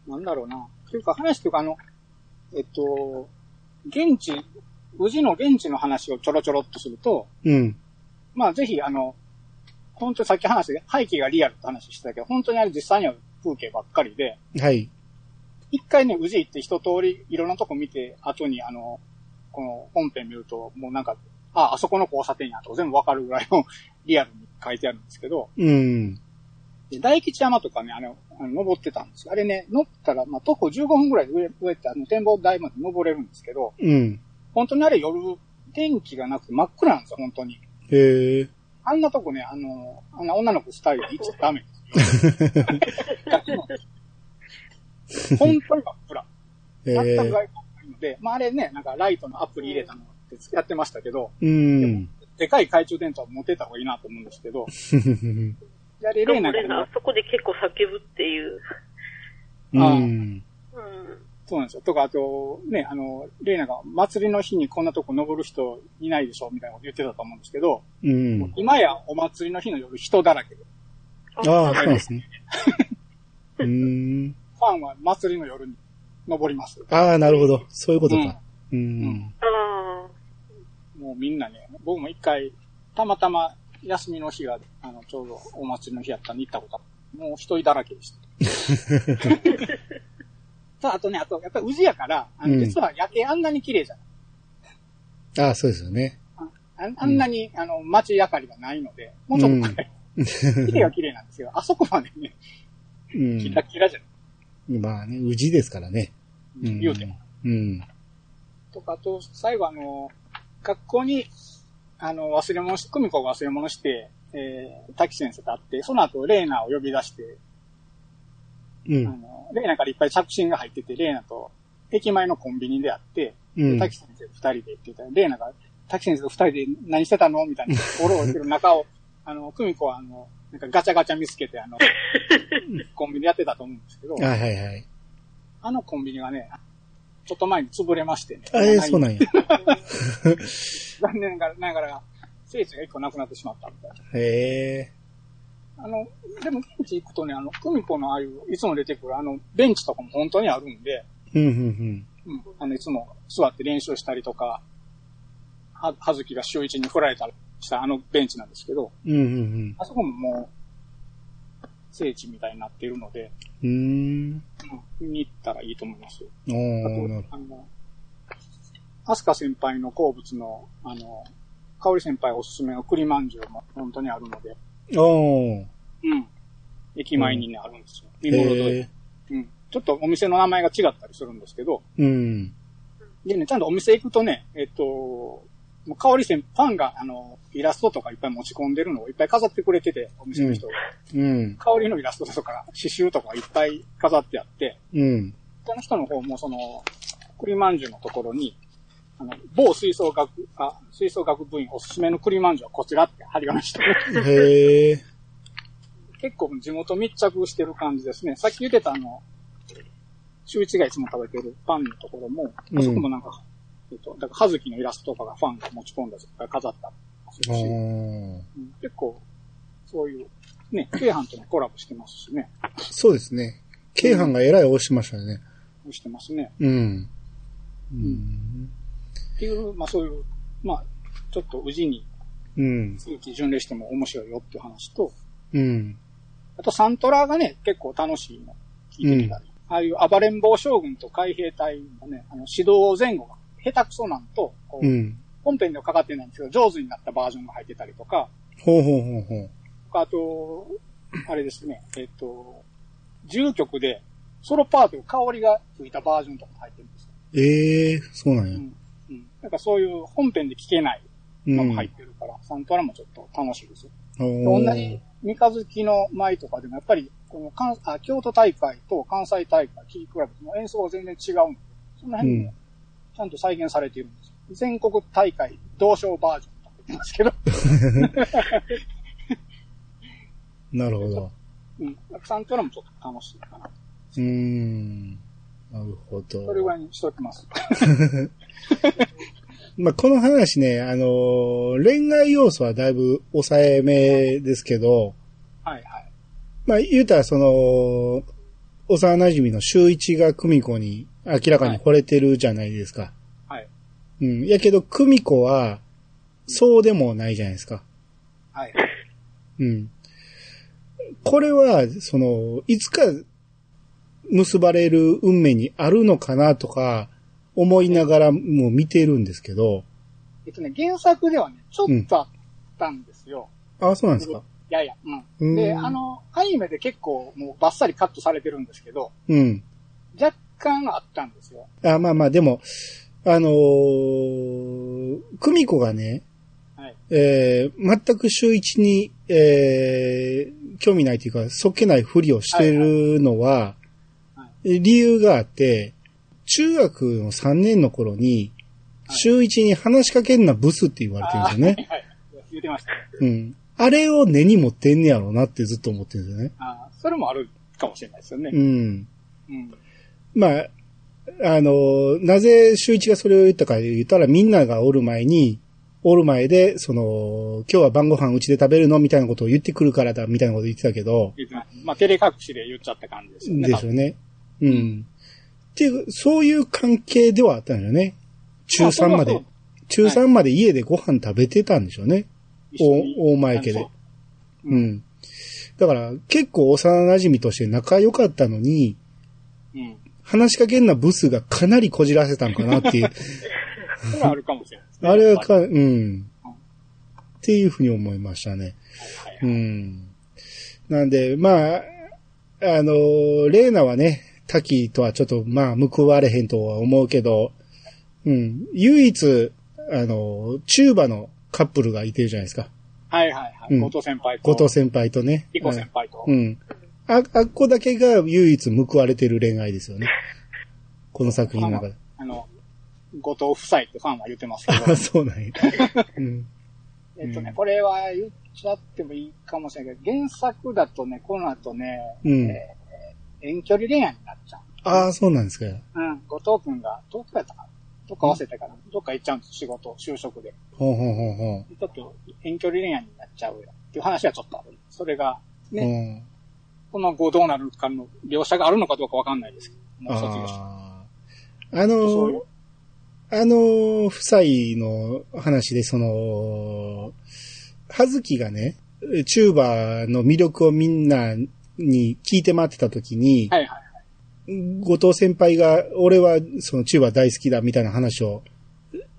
[SPEAKER 2] なんだろうな。というか話というかあの、えっと、現地、無事の現地の話をちょろちょろっとすると、
[SPEAKER 1] うん。
[SPEAKER 2] まあぜひあの、本当にさっき話で背景がリアルって話してたけど、本当にあれ実際には風景ばっかりで、
[SPEAKER 1] はい。
[SPEAKER 2] 一回ね、宇治行って一通りいろんなとこ見て、後にあの、この本編見ると、もうなんか、あ、あそこの交差点やと全部わかるぐらいの リアルに書いてあるんですけど、
[SPEAKER 1] うん。
[SPEAKER 2] で大吉山とかね、あの、あの登ってたんですよあれね、登ったら、まあ、徒歩15分ぐらいで上、上ってあの展望台まで登れるんですけど、
[SPEAKER 1] うん。
[SPEAKER 2] 本当にあれ夜、天気がなくて真っ暗なんですよ、本当に。
[SPEAKER 1] へえ。
[SPEAKER 2] あんなとこね、あの、あんな女の子二人で行っちゃダメ。本当に真っ暗。
[SPEAKER 1] へ
[SPEAKER 2] 全く外
[SPEAKER 1] え
[SPEAKER 2] 国。ないので、まああれね、なんかライトのアプリ入れたのってやってましたけど、
[SPEAKER 1] うん。
[SPEAKER 2] でかい懐中電灯を持ってた方がいいなと思うんですけど、やれ
[SPEAKER 3] う。
[SPEAKER 2] れ
[SPEAKER 3] でも
[SPEAKER 2] なんか
[SPEAKER 3] レ
[SPEAKER 2] ね、
[SPEAKER 3] ナ、あそこで結構叫ぶっていう。
[SPEAKER 1] うん。
[SPEAKER 3] うん。
[SPEAKER 2] そうなんですよ。とか、あと、ね、あの、レイナが祭りの日にこんなとこ登る人いないでしょ、みたいなこと言ってたと思うんですけど、
[SPEAKER 1] うん。
[SPEAKER 2] 今やお祭りの日の夜人だらけで、
[SPEAKER 1] ああ、そうなんですね。うーん。
[SPEAKER 2] ファンは祭りの夜に登ります。
[SPEAKER 1] ああ、なるほど。そういうことか。うん。
[SPEAKER 3] あ
[SPEAKER 2] もうみんなね、僕も一回、たまたま休みの日が、あの、ちょうどお祭りの日やったんで行ったことあるもう人だらけで した。ただ、あとね、あと、やっぱり宇治やから、あ
[SPEAKER 1] う
[SPEAKER 2] の
[SPEAKER 1] ん
[SPEAKER 2] 実は夜景あんなに綺麗じゃない。
[SPEAKER 1] ああ、そうですよね。
[SPEAKER 2] あんあんなに、あの、街明かりがないので、もうちょっと、 綺麗は綺麗なんですけど、あそこまでね、
[SPEAKER 1] う
[SPEAKER 2] キ
[SPEAKER 1] ん。
[SPEAKER 2] ラキラじゃない。
[SPEAKER 1] まあね、宇治ですからね。うん。
[SPEAKER 2] 言うても。
[SPEAKER 1] うん。
[SPEAKER 2] とか、あと、最後あの、学校に、あの、忘れ物し、久美子が忘れ物して、えー、滝先生と会って、その後、レーナを呼び出して、
[SPEAKER 1] う
[SPEAKER 2] あ
[SPEAKER 1] ん。
[SPEAKER 2] の、レーナからいっぱい着信が入ってて、レーナと、駅前のコンビニで会って、
[SPEAKER 1] う
[SPEAKER 2] で
[SPEAKER 1] ん。
[SPEAKER 2] 滝先生と二人でって言ったら、レーナが、滝先生と二人で何してたのみたいな、おろおろしてる 中を、あの、久美子はあの、なんかガチャガチャ見つけて、あの、コンビニやってたと思うんですけど、
[SPEAKER 1] はいはいはい。
[SPEAKER 2] あのコンビニがね、ちょっと前に潰れましてね。
[SPEAKER 1] あえ、そうなんや。
[SPEAKER 2] 残念ながら、ながら聖地が一個なくなってしまったみたい
[SPEAKER 1] へえ。
[SPEAKER 2] な。あの、でも現地行くとね、あの、久美子のああいう、いつも出てくるあの、ベンチとかも本当にあるんで、
[SPEAKER 1] うん、うん、
[SPEAKER 2] うん、あの、いつも座って練習したりとか、は、はずきが週一に振られたりしたあのベンチなんですけど、
[SPEAKER 1] うん。うん、うん、
[SPEAKER 2] あそこももう、聖地みたいになっているので、
[SPEAKER 1] うん。う
[SPEAKER 2] うん、見に行ったらいいと思いますよ。
[SPEAKER 1] ーん。
[SPEAKER 2] あ
[SPEAKER 1] おー、なる
[SPEAKER 2] と、あの、アスカ先輩の好物の、あの、香織先輩おすすめの栗まんじゅうも本当にあるので、
[SPEAKER 1] おー。
[SPEAKER 2] うん。駅前にね、あるんですよ。見頃通
[SPEAKER 1] へ
[SPEAKER 2] り
[SPEAKER 1] え。
[SPEAKER 2] うん。ちょっとお店の名前が違ったりするんですけど、
[SPEAKER 1] うん。
[SPEAKER 2] でね、ちゃんとお店行くとね、えっと、もう香り線、ファンが、あの、イラストとかいっぱい持ち込んでるのをいっぱい飾ってくれてて、お店の人が。
[SPEAKER 1] うん。
[SPEAKER 2] 香りのイラストとか、刺繍とかいっぱい飾ってあって、
[SPEAKER 1] うん。
[SPEAKER 2] 他の人の方もその、栗まんじゅうのところに、あの、某吹奏楽、あ、吹奏楽部員おすすめの栗まんじゅうはこちらって貼り紙して、
[SPEAKER 1] へえ。
[SPEAKER 2] 結構地元密着してる感じですね。さっき言ってたあの、周一がいつも食べてるパンのところも、
[SPEAKER 1] うん
[SPEAKER 2] あそこもなんか、えっと、だから、はずきのイラストとかがファンが持ち込んだりとか飾ったりと
[SPEAKER 1] あ
[SPEAKER 2] かするし、
[SPEAKER 1] ー
[SPEAKER 2] うん結構、そういう、ね、京阪とのコラボしてますしね、
[SPEAKER 1] そうですね。京阪がえらい押しましたね。
[SPEAKER 2] してますね。
[SPEAKER 1] うん。うん。
[SPEAKER 2] っていう、まあそういう、まあ、ちょっと宇治に
[SPEAKER 1] うん。
[SPEAKER 2] 空気巡礼しても面白いよっていう話と、
[SPEAKER 1] うん。
[SPEAKER 2] あとサントラがね、結構楽しいの。聞いてきたり。ああいう暴れん坊将軍と海兵隊のね、あの指導前後が下手くそなんと、こう
[SPEAKER 1] うん。
[SPEAKER 2] 本編ではかかってないんですけど、上手になったバージョンが入ってたりとか、
[SPEAKER 1] ほうほうほうほう。
[SPEAKER 2] あと、あれですね、えっ、と、10曲でソロパート、香りがついたバージョンとか入ってるんですよ。
[SPEAKER 1] ええそうなんや
[SPEAKER 2] う。ん。うん。なんかそういう本編で聴けないの
[SPEAKER 1] うん。
[SPEAKER 2] も入ってるから、サントラもちょっと楽しいですよ。
[SPEAKER 1] お
[SPEAKER 2] 同
[SPEAKER 1] ー
[SPEAKER 2] じ三日月の舞とかでもやっぱり、この関あ京都大会と関西大会、キークラブの演奏が全然違うんで、そ
[SPEAKER 1] う
[SPEAKER 2] の辺
[SPEAKER 1] ん
[SPEAKER 2] も。ちゃんと再現されているんですよ。全国大会同賞バージョンとか言ってますけど、
[SPEAKER 1] なるほど。
[SPEAKER 2] うん。サントラもちょっと楽しいかな。
[SPEAKER 1] うーん。なるほ
[SPEAKER 2] それぐ
[SPEAKER 1] ど。
[SPEAKER 2] らいにしときます。
[SPEAKER 1] まあ、この話ね、あのー恋愛要素はだいぶ抑えめですけど、
[SPEAKER 2] はいはい。
[SPEAKER 1] まあ、言うたら、その、幼馴染の周一が久美子に明らかに惚れてるじゃないですか。
[SPEAKER 2] はい。
[SPEAKER 1] うん。やけど、久美子は、そうでもないじゃないですか。
[SPEAKER 2] はい。
[SPEAKER 1] うん。これは、その、いつか結ばれる運命にあるのかなとか、思いながらも見てるんですけど、
[SPEAKER 2] えっとね、原作ではね、ちょっとあったんですよ。
[SPEAKER 1] あ、そうなんですか。
[SPEAKER 2] いやいや、う。
[SPEAKER 1] うんん
[SPEAKER 2] で、あの、アニメで結構もうバッサリカットされてるんですけど、
[SPEAKER 1] うん。
[SPEAKER 2] 若干あったんですよ。
[SPEAKER 1] あ、まあまあ、でも、あのー久美子がね、
[SPEAKER 2] はい。
[SPEAKER 1] えー全く周一に、えー興味ないというか、そっけないふりをしてるのは、
[SPEAKER 2] は
[SPEAKER 1] 理由があって、中学の3年の頃に、
[SPEAKER 2] はい
[SPEAKER 1] 周一に話しかけんなブスって言われてるんですよね。
[SPEAKER 2] はい。言ってました。
[SPEAKER 1] うん。あれを根に持ってんねやろうなってずっと思ってるんですよね。
[SPEAKER 2] あーそれもあるかもしれないですよね。
[SPEAKER 1] うん。
[SPEAKER 2] うん。
[SPEAKER 1] まあ、あの、なぜ周一がそれを言ったか言ったら、みんながおる前に、おる前で、その、今日は晩ご飯うちで食べるのみたいなことを言ってくるからだ、みたいなこと言ってたけど、
[SPEAKER 2] 言ってましたまあ、照れ隠しで言っちゃった感じですよね。
[SPEAKER 1] でしょうね。うん。っていう、そういう関係ではあったんだよね。中3まで、
[SPEAKER 2] まあそれはそう
[SPEAKER 1] 中3まで家でご飯食べてたんでしょうね。
[SPEAKER 2] 一緒に
[SPEAKER 1] お大前家で
[SPEAKER 2] そ
[SPEAKER 1] う
[SPEAKER 2] う
[SPEAKER 1] ん。だから、結構幼馴染として仲良かったのに、
[SPEAKER 2] うん。
[SPEAKER 1] 話しかけんなブスがかなりこじらせたんかなっていう。
[SPEAKER 2] それはあるかもしれないです ね。
[SPEAKER 1] あれは
[SPEAKER 2] やっぱ
[SPEAKER 1] か、うん。っていうふうに思いましたね。
[SPEAKER 2] りはい
[SPEAKER 1] うん。なんで、まあ、あの、レーナはね、滝とはちょっと、まあ、報われへんとは思うけど、うん。唯一、あの、チューバのカップルがいてるじゃないですか。
[SPEAKER 2] はいはいは
[SPEAKER 1] う
[SPEAKER 2] い。
[SPEAKER 1] ん
[SPEAKER 2] 後藤先輩と、
[SPEAKER 1] 後藤先輩とね。
[SPEAKER 2] ピコ先輩と。
[SPEAKER 1] うん。あ、あっこだけが唯一報われてる恋愛ですよね。 この作品の中で。
[SPEAKER 2] あの、後藤夫妻ってファンは言ってますけど。
[SPEAKER 1] あ そうなんや。うん。
[SPEAKER 2] えっとね
[SPEAKER 1] う、ん
[SPEAKER 2] これは言っちゃってもいいかもしれないけど、原作だとね、この後ね、
[SPEAKER 1] うん
[SPEAKER 2] えー遠距離恋愛になっちゃう。
[SPEAKER 1] ああ、そうなんですか。
[SPEAKER 2] うん。後藤くんが、東京やったかなどっか忘れたから、どっか行っちゃうんです仕事、就職で。
[SPEAKER 1] ほうほうほうほう。
[SPEAKER 2] ちょっと遠距離恋愛になっちゃうよっていう話はちょっとある。それが、
[SPEAKER 1] う
[SPEAKER 2] ね、
[SPEAKER 1] ん
[SPEAKER 2] この後どうなるかの描写があるのかどうかわかんないですけど、もう卒業して。
[SPEAKER 1] あーあ
[SPEAKER 2] そう
[SPEAKER 1] の
[SPEAKER 2] いう、
[SPEAKER 1] あの、夫妻の話で、その、はずきがね、チューバーの魅力をみんなに聞いて回ってた時に、
[SPEAKER 2] はいはい。
[SPEAKER 1] 後藤先輩が、俺はそのチューバー大好きだみたいな話を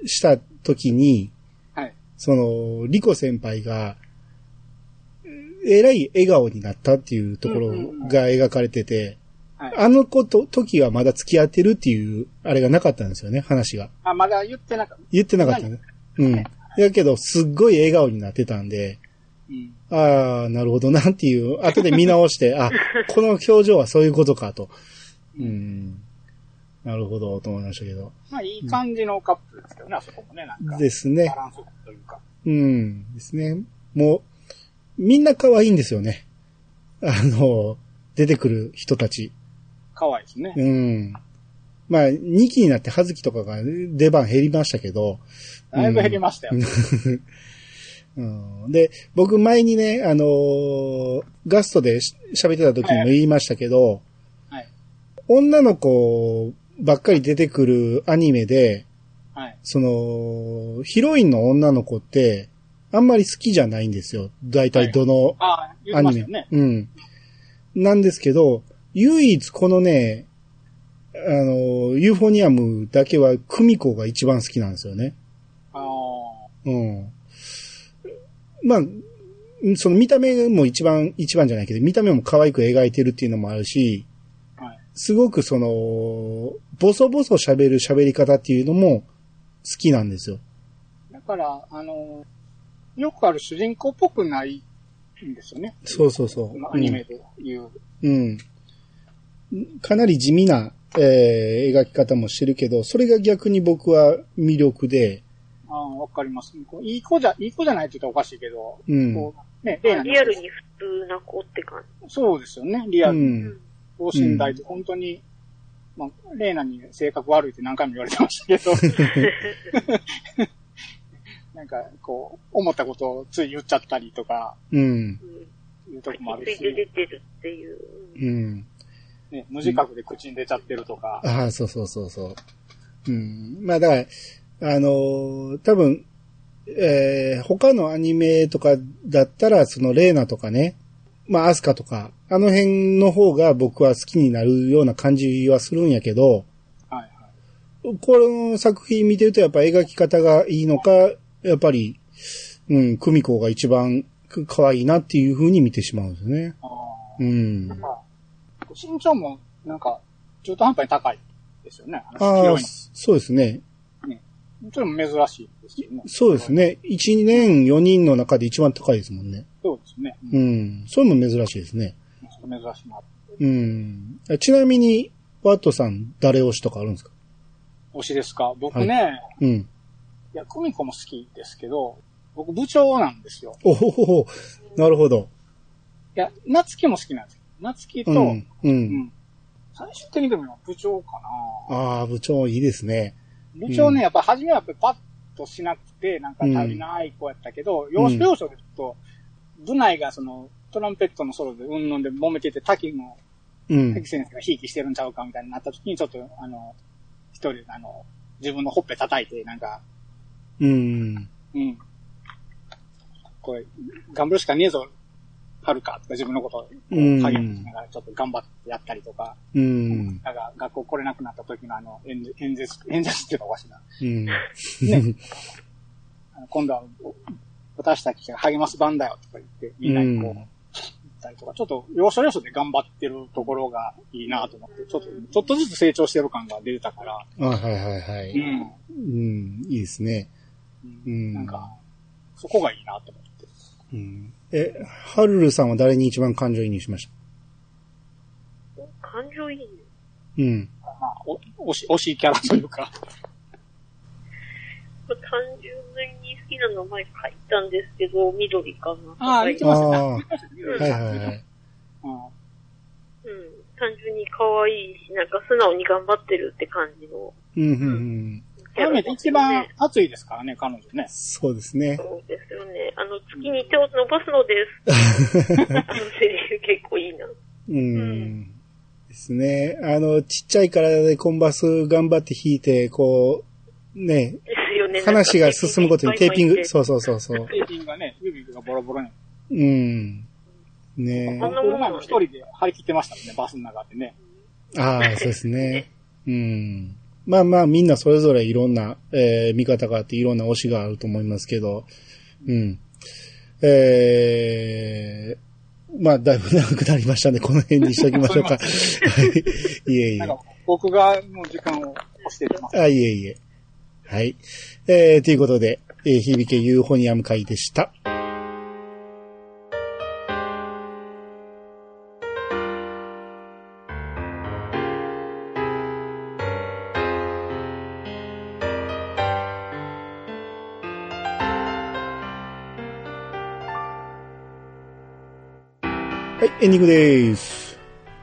[SPEAKER 1] した時に、
[SPEAKER 2] はい。
[SPEAKER 1] その、リコ先輩が、えらい笑顔になったっていうところが描かれてて、
[SPEAKER 2] はい、
[SPEAKER 1] あの子と、時はまだ付き合ってるっていう、あれがなかったんですよね、話が。
[SPEAKER 2] あ、まだ言ってなかった。
[SPEAKER 1] 言ってなかったね。うん。やけど、すっごい笑顔になってたんで、
[SPEAKER 2] うん。
[SPEAKER 1] ああ、なるほどなっていう、 後で見直して、あ、この表情はそういうことかと。うん。あなるほど、と思いましたけど。
[SPEAKER 2] まあ、いい感じのカップルですけどね、あそこもね、なんか。
[SPEAKER 1] ですね
[SPEAKER 2] バ。ランスというか。
[SPEAKER 1] うん。ですね。もう、みんな可愛いんですよね。あの、出てくる人たち。
[SPEAKER 2] 可愛いですね。
[SPEAKER 1] うん。まあ、2期になって葉月とかが出番減りましたけど。
[SPEAKER 2] だいぶ減りましたよ。
[SPEAKER 1] うん、で、僕前にね、あのーガストでし喋ってた時にも言いましたけど、
[SPEAKER 2] はい。
[SPEAKER 1] 女の子ばっかり出てくるアニメで、
[SPEAKER 2] はい。
[SPEAKER 1] その、ヒロインの女の子って、あんまり好きじゃないんですよ。大体どの
[SPEAKER 2] ああ、言っ
[SPEAKER 1] ア
[SPEAKER 2] てま
[SPEAKER 1] ニ
[SPEAKER 2] した
[SPEAKER 1] メ。
[SPEAKER 2] よね。
[SPEAKER 1] うん。なんですけど、唯一このね、あの、ユーフォニアムだけは、クミコが一番好きなんですよね。
[SPEAKER 2] あの
[SPEAKER 1] うん。まあ、その見た目も一番、一番じゃないけど、見た目も可愛く描いてるっていうのもあるし、
[SPEAKER 2] ーはい。
[SPEAKER 1] すごくその、ボソボソ喋る喋り方っていうのも好きなんですよ。
[SPEAKER 2] だから、あのー、よくある主人公っぽくないんですよね。
[SPEAKER 1] そうそうそう
[SPEAKER 2] まあアニメで言う。
[SPEAKER 1] うん。かなり地味な、えー描き方もしてるけど、それが逆に僕は魅力で、
[SPEAKER 2] ああ、わかります。こういい子じゃ、いい子じゃないって言ったらおかしいけど、
[SPEAKER 1] うん。
[SPEAKER 2] こう、ね、
[SPEAKER 3] まあ
[SPEAKER 2] 例
[SPEAKER 3] リアルに普通な子って感
[SPEAKER 2] そうですよね、リア
[SPEAKER 1] う
[SPEAKER 2] ルに。
[SPEAKER 3] じ。
[SPEAKER 1] ん。
[SPEAKER 2] 等身大って本当に、まあ、レイナに性格悪いって何回も言われてましたけど、 なんか、こう、思ったことをつい言っちゃったりとか、
[SPEAKER 1] うん。
[SPEAKER 3] うん。
[SPEAKER 2] いうとこもあ
[SPEAKER 3] 落
[SPEAKER 2] る
[SPEAKER 3] ち着いて
[SPEAKER 2] し、
[SPEAKER 3] 出てるっていう。うん
[SPEAKER 1] うん。
[SPEAKER 2] ね、無自覚で口に出ちゃってるとか、
[SPEAKER 1] ああ、そうそうそうそう。うん。まあだから、あのー多分、えー他のアニメとかだったら、そのレーナとかね、まあアスカとか、あの辺の方が僕は好きになるような感じはするんやけど、
[SPEAKER 2] はいは
[SPEAKER 1] こ
[SPEAKER 2] い。
[SPEAKER 1] の作品見てるとやっぱ描き方がいいのか、やっぱり、うん、久美子が一番く可愛いなっていう風に見てしまうんですね。
[SPEAKER 2] あ
[SPEAKER 1] う
[SPEAKER 2] ー
[SPEAKER 1] ん。
[SPEAKER 2] まあ身長も、なんか、中途半端に高いですよね。あの
[SPEAKER 1] ああ
[SPEAKER 2] 広い、
[SPEAKER 1] そうですね。
[SPEAKER 2] のそれも珍しいですよね。
[SPEAKER 1] そうです。ね。1年4人の中で一番高いですもんね。
[SPEAKER 2] そうですね。うん
[SPEAKER 1] うん。それも珍しいですね。
[SPEAKER 2] ちょっと珍しいな。
[SPEAKER 1] うん。ちなみに、ワットさん、誰推しとかあるんですか
[SPEAKER 2] 推しですか僕ね、
[SPEAKER 1] うん。
[SPEAKER 2] いや、クミコも好きですけど、僕部長なんですよ。
[SPEAKER 1] おほほほ。なるほど。
[SPEAKER 2] いや、夏希も好きなんですよ。夏希と、
[SPEAKER 1] う
[SPEAKER 2] うん
[SPEAKER 1] ん。うん。
[SPEAKER 2] ん。最終的にでも部長かな
[SPEAKER 1] ああ、部長いいですね。
[SPEAKER 2] 部長ね、やっぱ初めはやっぱりパッとしなくて、なんか
[SPEAKER 1] うん
[SPEAKER 2] 足りない子やったけど、要所要所でちょっと、部内がその、トランペットのソロでうんぬんで揉めてて、滝の、
[SPEAKER 1] うん
[SPEAKER 2] 滝。先生がひいきしてるんちゃうかみたいになった時に、ちょっと、あの、一人で、あの、自分のほっぺ叩いて、なんか、
[SPEAKER 1] うん。
[SPEAKER 2] うん。これ、頑張るしかねえぞ、はるか、とか自分のことを
[SPEAKER 1] うん
[SPEAKER 2] 励ましながらちょっと頑張ってやったりとか、
[SPEAKER 1] うん。
[SPEAKER 2] なんか学校来れなくなった時のあの、演説演説、演説っていうのはおかしいな。
[SPEAKER 1] うん。
[SPEAKER 2] あの今度は、お私たちが励ます番だよ、とか言って、みんなにこう、言ったりとか、ちょっと、要所要所で頑張ってるところがいいなと思って、ちょっと、ちょっとずつ成長してる感が出てたから、
[SPEAKER 1] あはいはいは
[SPEAKER 2] う
[SPEAKER 1] い。
[SPEAKER 2] ん。
[SPEAKER 1] うん。いいですね。
[SPEAKER 2] う
[SPEAKER 1] うんん
[SPEAKER 2] なんか、そこがいいなと思って。
[SPEAKER 1] うん。え、ハルルさんは誰に一番感情移入しました
[SPEAKER 3] 感情移
[SPEAKER 1] う
[SPEAKER 3] 入。
[SPEAKER 1] ん。
[SPEAKER 2] まあ、お、推し、推しキャラというか、
[SPEAKER 3] まあ単純に好きな名前書いたんですけど、緑かな。
[SPEAKER 2] あー
[SPEAKER 3] はい
[SPEAKER 2] 見て
[SPEAKER 1] あ
[SPEAKER 2] ま
[SPEAKER 1] あ
[SPEAKER 2] す
[SPEAKER 1] ー、
[SPEAKER 3] うん
[SPEAKER 1] はいはいはい。
[SPEAKER 2] うん
[SPEAKER 3] うん。単純に可愛いし、なんか素直に頑張ってるって感じの
[SPEAKER 1] うん、うん、うん。
[SPEAKER 3] キャラ
[SPEAKER 2] 雨
[SPEAKER 3] で
[SPEAKER 2] です一
[SPEAKER 3] よね
[SPEAKER 2] 番暑いですからね、彼女ね。
[SPEAKER 1] そうですね。
[SPEAKER 3] そうですよね。あの、月に手を伸ばすの です。あのセリフ結構いいな。
[SPEAKER 1] うん。ですね。あの、ちっちゃい体でコンバス頑張って弾いて、こう、ね、
[SPEAKER 3] ですよね。
[SPEAKER 1] 話が進むことにテーピング、
[SPEAKER 3] そう。
[SPEAKER 1] そうそうそうそう。
[SPEAKER 2] テーピングがね、指がボロボロに。
[SPEAKER 1] うん。ね
[SPEAKER 3] そんな
[SPEAKER 2] この前も一人で張り切ってましたもんね、バスの中でね。
[SPEAKER 1] ああ、そうですね。うん。まあまあ、みんなそれぞれいろんな、えー見方があって、いろんな推しがあると思いますけど、うん。えー、まあ、だいぶ長くなりましたんで、この辺にしときましょうか。はい。いえい
[SPEAKER 2] な
[SPEAKER 1] え
[SPEAKER 2] ん。か僕がもう時間を押しててます。
[SPEAKER 1] あ、いえいえ。はい。えー、ということで、えー、響けユーフォニアム会でした。はい、エンディングです。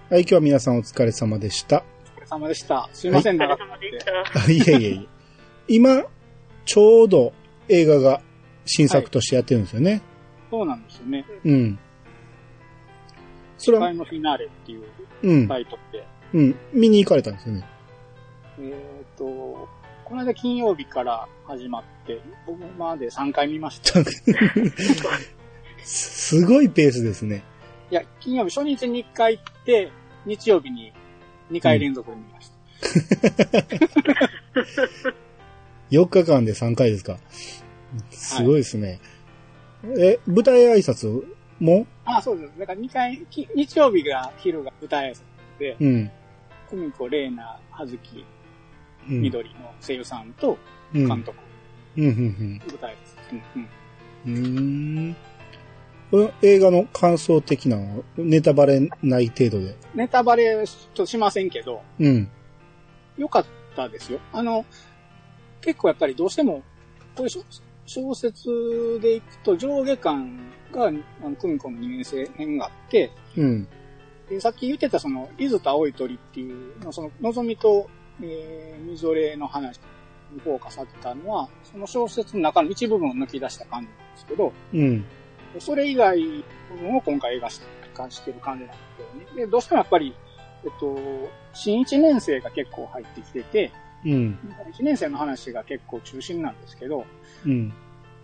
[SPEAKER 1] はい、今日は皆さんお疲れ様でした。
[SPEAKER 2] お疲れ様でした。すいません、
[SPEAKER 3] お疲れ
[SPEAKER 2] 長く
[SPEAKER 3] 様で
[SPEAKER 2] て
[SPEAKER 3] し。た。
[SPEAKER 1] あ いえいえいえ。今、ちょうど映画が新作としてやってるんですよね。
[SPEAKER 2] そうなんですよね。
[SPEAKER 1] うん。それ
[SPEAKER 2] 世界
[SPEAKER 1] は、
[SPEAKER 2] のフィナーレっていう
[SPEAKER 1] うん、
[SPEAKER 2] タイトルで。
[SPEAKER 1] うん、見に行かれたんですよね。
[SPEAKER 2] えっ、と、この間金曜日から始まって、僕まで3回見ま した。い
[SPEAKER 1] すすごいペースですね。
[SPEAKER 2] や、金曜日初日に1回行って、日曜日に2回連続で見ました。
[SPEAKER 1] 4日間で3回ですか。すごいですね。え、舞台挨拶も
[SPEAKER 2] あ、そうです。だから2回、き日曜日が昼が舞台挨拶で、
[SPEAKER 1] うん。
[SPEAKER 2] 久美子、玲奈、葉月、
[SPEAKER 1] うん
[SPEAKER 2] 緑の声優さんと
[SPEAKER 1] うん。
[SPEAKER 2] 監督、
[SPEAKER 1] うん、うん、
[SPEAKER 2] 舞台挨拶。うんうん
[SPEAKER 1] うん。うーん。この映画の感想的なのネタバレない程度で。
[SPEAKER 2] ネタバレちょっとしませんけど、
[SPEAKER 1] うん。
[SPEAKER 2] 良かったですよ。あの、結構やっぱりどうしても、これ小小説でいくと上下巻が、あの、久美子の二面性編があって、
[SPEAKER 1] うん。
[SPEAKER 2] でさっき言ってたその、伊豆田青い鳥っていうの、その、のぞみと、えー、みぞれの話にフォーカスされてたのは、その小説の中の一部分を抜き出した感じなんですけど、
[SPEAKER 1] うん。
[SPEAKER 2] それ以外の部分を今回映画化してる感じなんですけどね。で、どうしてもやっぱり、えっと、新1年生が結構入ってきてて、
[SPEAKER 1] うん。
[SPEAKER 2] 1年生の話が結構中心なんですけど、
[SPEAKER 1] うん。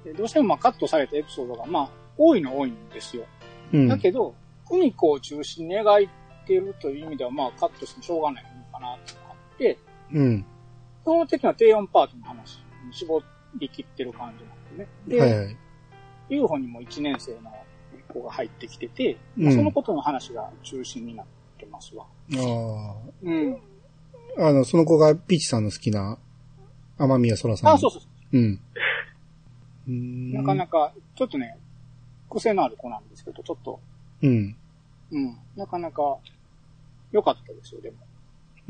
[SPEAKER 2] でどうしてもまあカットされたエピソードがまあ多いのは多いんですよ。
[SPEAKER 1] うん。
[SPEAKER 2] だけど、久美子を中心に描いてるという意味ではまあカットしてもしょうがないのかなとかって、
[SPEAKER 1] うん。
[SPEAKER 2] 基本的には低音パートの話に絞りきってる感じなんでね。で、
[SPEAKER 1] はいはい。
[SPEAKER 2] UFO にも1年生の子が入ってきてて、
[SPEAKER 1] うん
[SPEAKER 2] そのことの話が中心になってますわ。
[SPEAKER 1] あ
[SPEAKER 2] うん。
[SPEAKER 1] あ。あの、その子がピーチさんの好きな天宮空さん。
[SPEAKER 2] あ、そうそう。
[SPEAKER 1] うん。うーん。
[SPEAKER 2] なかなか、ちょっとね、癖のある子なんですけど、ちょっと
[SPEAKER 1] うん。
[SPEAKER 2] うん。なかなか良かったですよ、でも。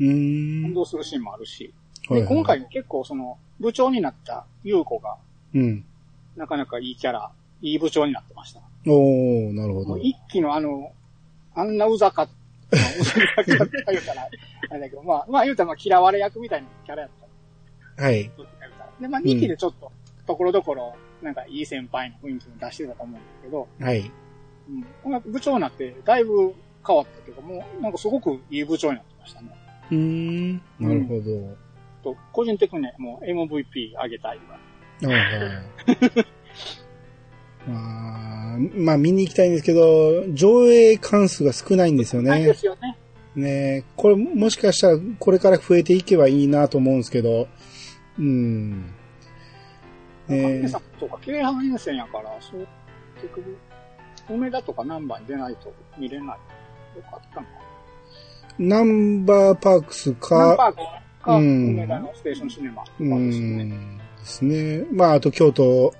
[SPEAKER 1] うー
[SPEAKER 2] 運
[SPEAKER 1] ん。
[SPEAKER 2] 動するシーンもあるし。
[SPEAKER 1] はい
[SPEAKER 2] で、
[SPEAKER 1] はい
[SPEAKER 2] 今回も結構その、部長になった優子が、
[SPEAKER 1] うん。
[SPEAKER 2] なかなかいいキャラ、いい部長になってました。
[SPEAKER 1] おー、なるほ
[SPEAKER 2] も
[SPEAKER 1] ど
[SPEAKER 2] う。一気のあの、あんなうざかった、うざかったって言うたら、あれだけど、まあ、まあ言うたらまあ嫌われ役みたいなキャラやった。
[SPEAKER 1] はい。
[SPEAKER 2] どっちか言うたらで、まあ2期でちょっと、ところどころ、なんかいい先輩の雰囲気も出してたと思うんだけど、
[SPEAKER 1] はい。
[SPEAKER 2] うん。この部長になって、だいぶ変わったけど、もうなんかすごくいい部長になってましたね。
[SPEAKER 1] うーん。なるほど。
[SPEAKER 2] と、個人的にね、もう MVP 上げたいわ。
[SPEAKER 1] はいはい。 まあ、まあ見に行きたいんですけど、上映関数が少ないんですよ
[SPEAKER 2] ないで
[SPEAKER 1] ね。
[SPEAKER 2] すよね。
[SPEAKER 1] ねこれもしかしたらこれから増えていけばいいなと思うんですけど、うん。
[SPEAKER 2] 神
[SPEAKER 1] ね
[SPEAKER 2] 戸さんとか、京阪沿線やから、そう、結局、梅田とか南波に出ないと見れない。よかったのか。
[SPEAKER 1] ナンバーパークス
[SPEAKER 2] 南
[SPEAKER 1] か、
[SPEAKER 2] パークか、
[SPEAKER 1] うん
[SPEAKER 2] 梅田のステーションシネマとか
[SPEAKER 1] う
[SPEAKER 2] ですね。
[SPEAKER 1] ん、ですね。まあ、あと京都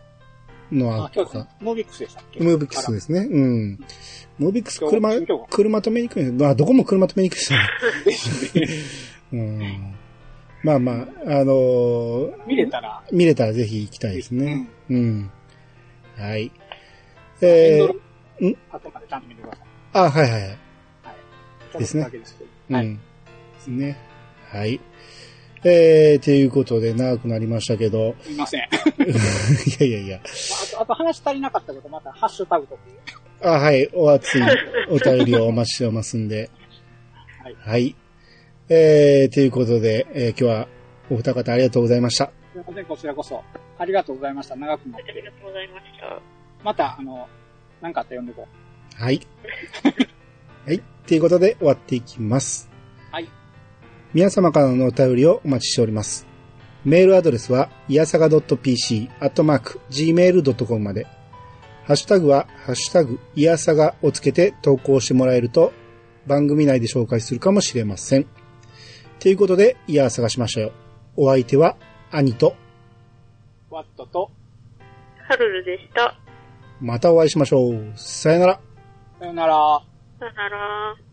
[SPEAKER 1] の
[SPEAKER 2] あ
[SPEAKER 1] あ、
[SPEAKER 2] 今
[SPEAKER 1] と
[SPEAKER 2] 日
[SPEAKER 1] か、、
[SPEAKER 2] モービックスでしたっけ
[SPEAKER 1] ムービックスですね。うん。ムービックス車
[SPEAKER 2] 今日今、日
[SPEAKER 1] 車止めにくいんです。まあ、どこも車止めにくいですよね。
[SPEAKER 2] ですね。
[SPEAKER 1] うんまあまあ、あのー
[SPEAKER 2] 見れたら、
[SPEAKER 1] 見れたらぜひ行きたいですね。うん。はい。え
[SPEAKER 2] エンドロ
[SPEAKER 1] ー、
[SPEAKER 2] ー
[SPEAKER 1] ん
[SPEAKER 2] あとまでちゃんと見てください。
[SPEAKER 1] あ、はいはいはい。
[SPEAKER 2] ちょ
[SPEAKER 1] で
[SPEAKER 2] っ
[SPEAKER 1] す
[SPEAKER 2] と
[SPEAKER 1] ね
[SPEAKER 2] だけですけど。
[SPEAKER 1] うん。
[SPEAKER 2] はい。
[SPEAKER 1] ですね。はい。えー、ということで長くなりましたけど、
[SPEAKER 2] すいません。あ
[SPEAKER 1] いやいやいや。
[SPEAKER 2] と、あと話足りなかったこと、またハッシュタグとか。
[SPEAKER 1] あ、はい。お熱いお便りをお待ちしてますんで。
[SPEAKER 2] はい
[SPEAKER 1] はい。えー、ということで、えー今日はお二方ありがとうございました。
[SPEAKER 2] すいません、こちらこそ。ありがとうございました。長くなっ
[SPEAKER 3] あり
[SPEAKER 2] て。
[SPEAKER 3] がとうございました。
[SPEAKER 2] また、あの、なんかあったら呼んでこう。
[SPEAKER 1] はい。 はい。ということで終わっていきます。
[SPEAKER 2] はい。
[SPEAKER 1] 皆様からのお便りをお待ちしております。メールアドレスは、いやさが .pc、アットマーク、gmail.com まで。ハッシュタグは、ハッシュタグ、いやさがをつけて投稿してもらえると、番組内で紹介するかもしれません。ということで、いやさがしましたよ。お相手は、兄と、
[SPEAKER 2] ワットと、
[SPEAKER 3] ハルルでした。
[SPEAKER 1] またお会いしましょう。さよなら。
[SPEAKER 2] さよなら。
[SPEAKER 3] さよなら。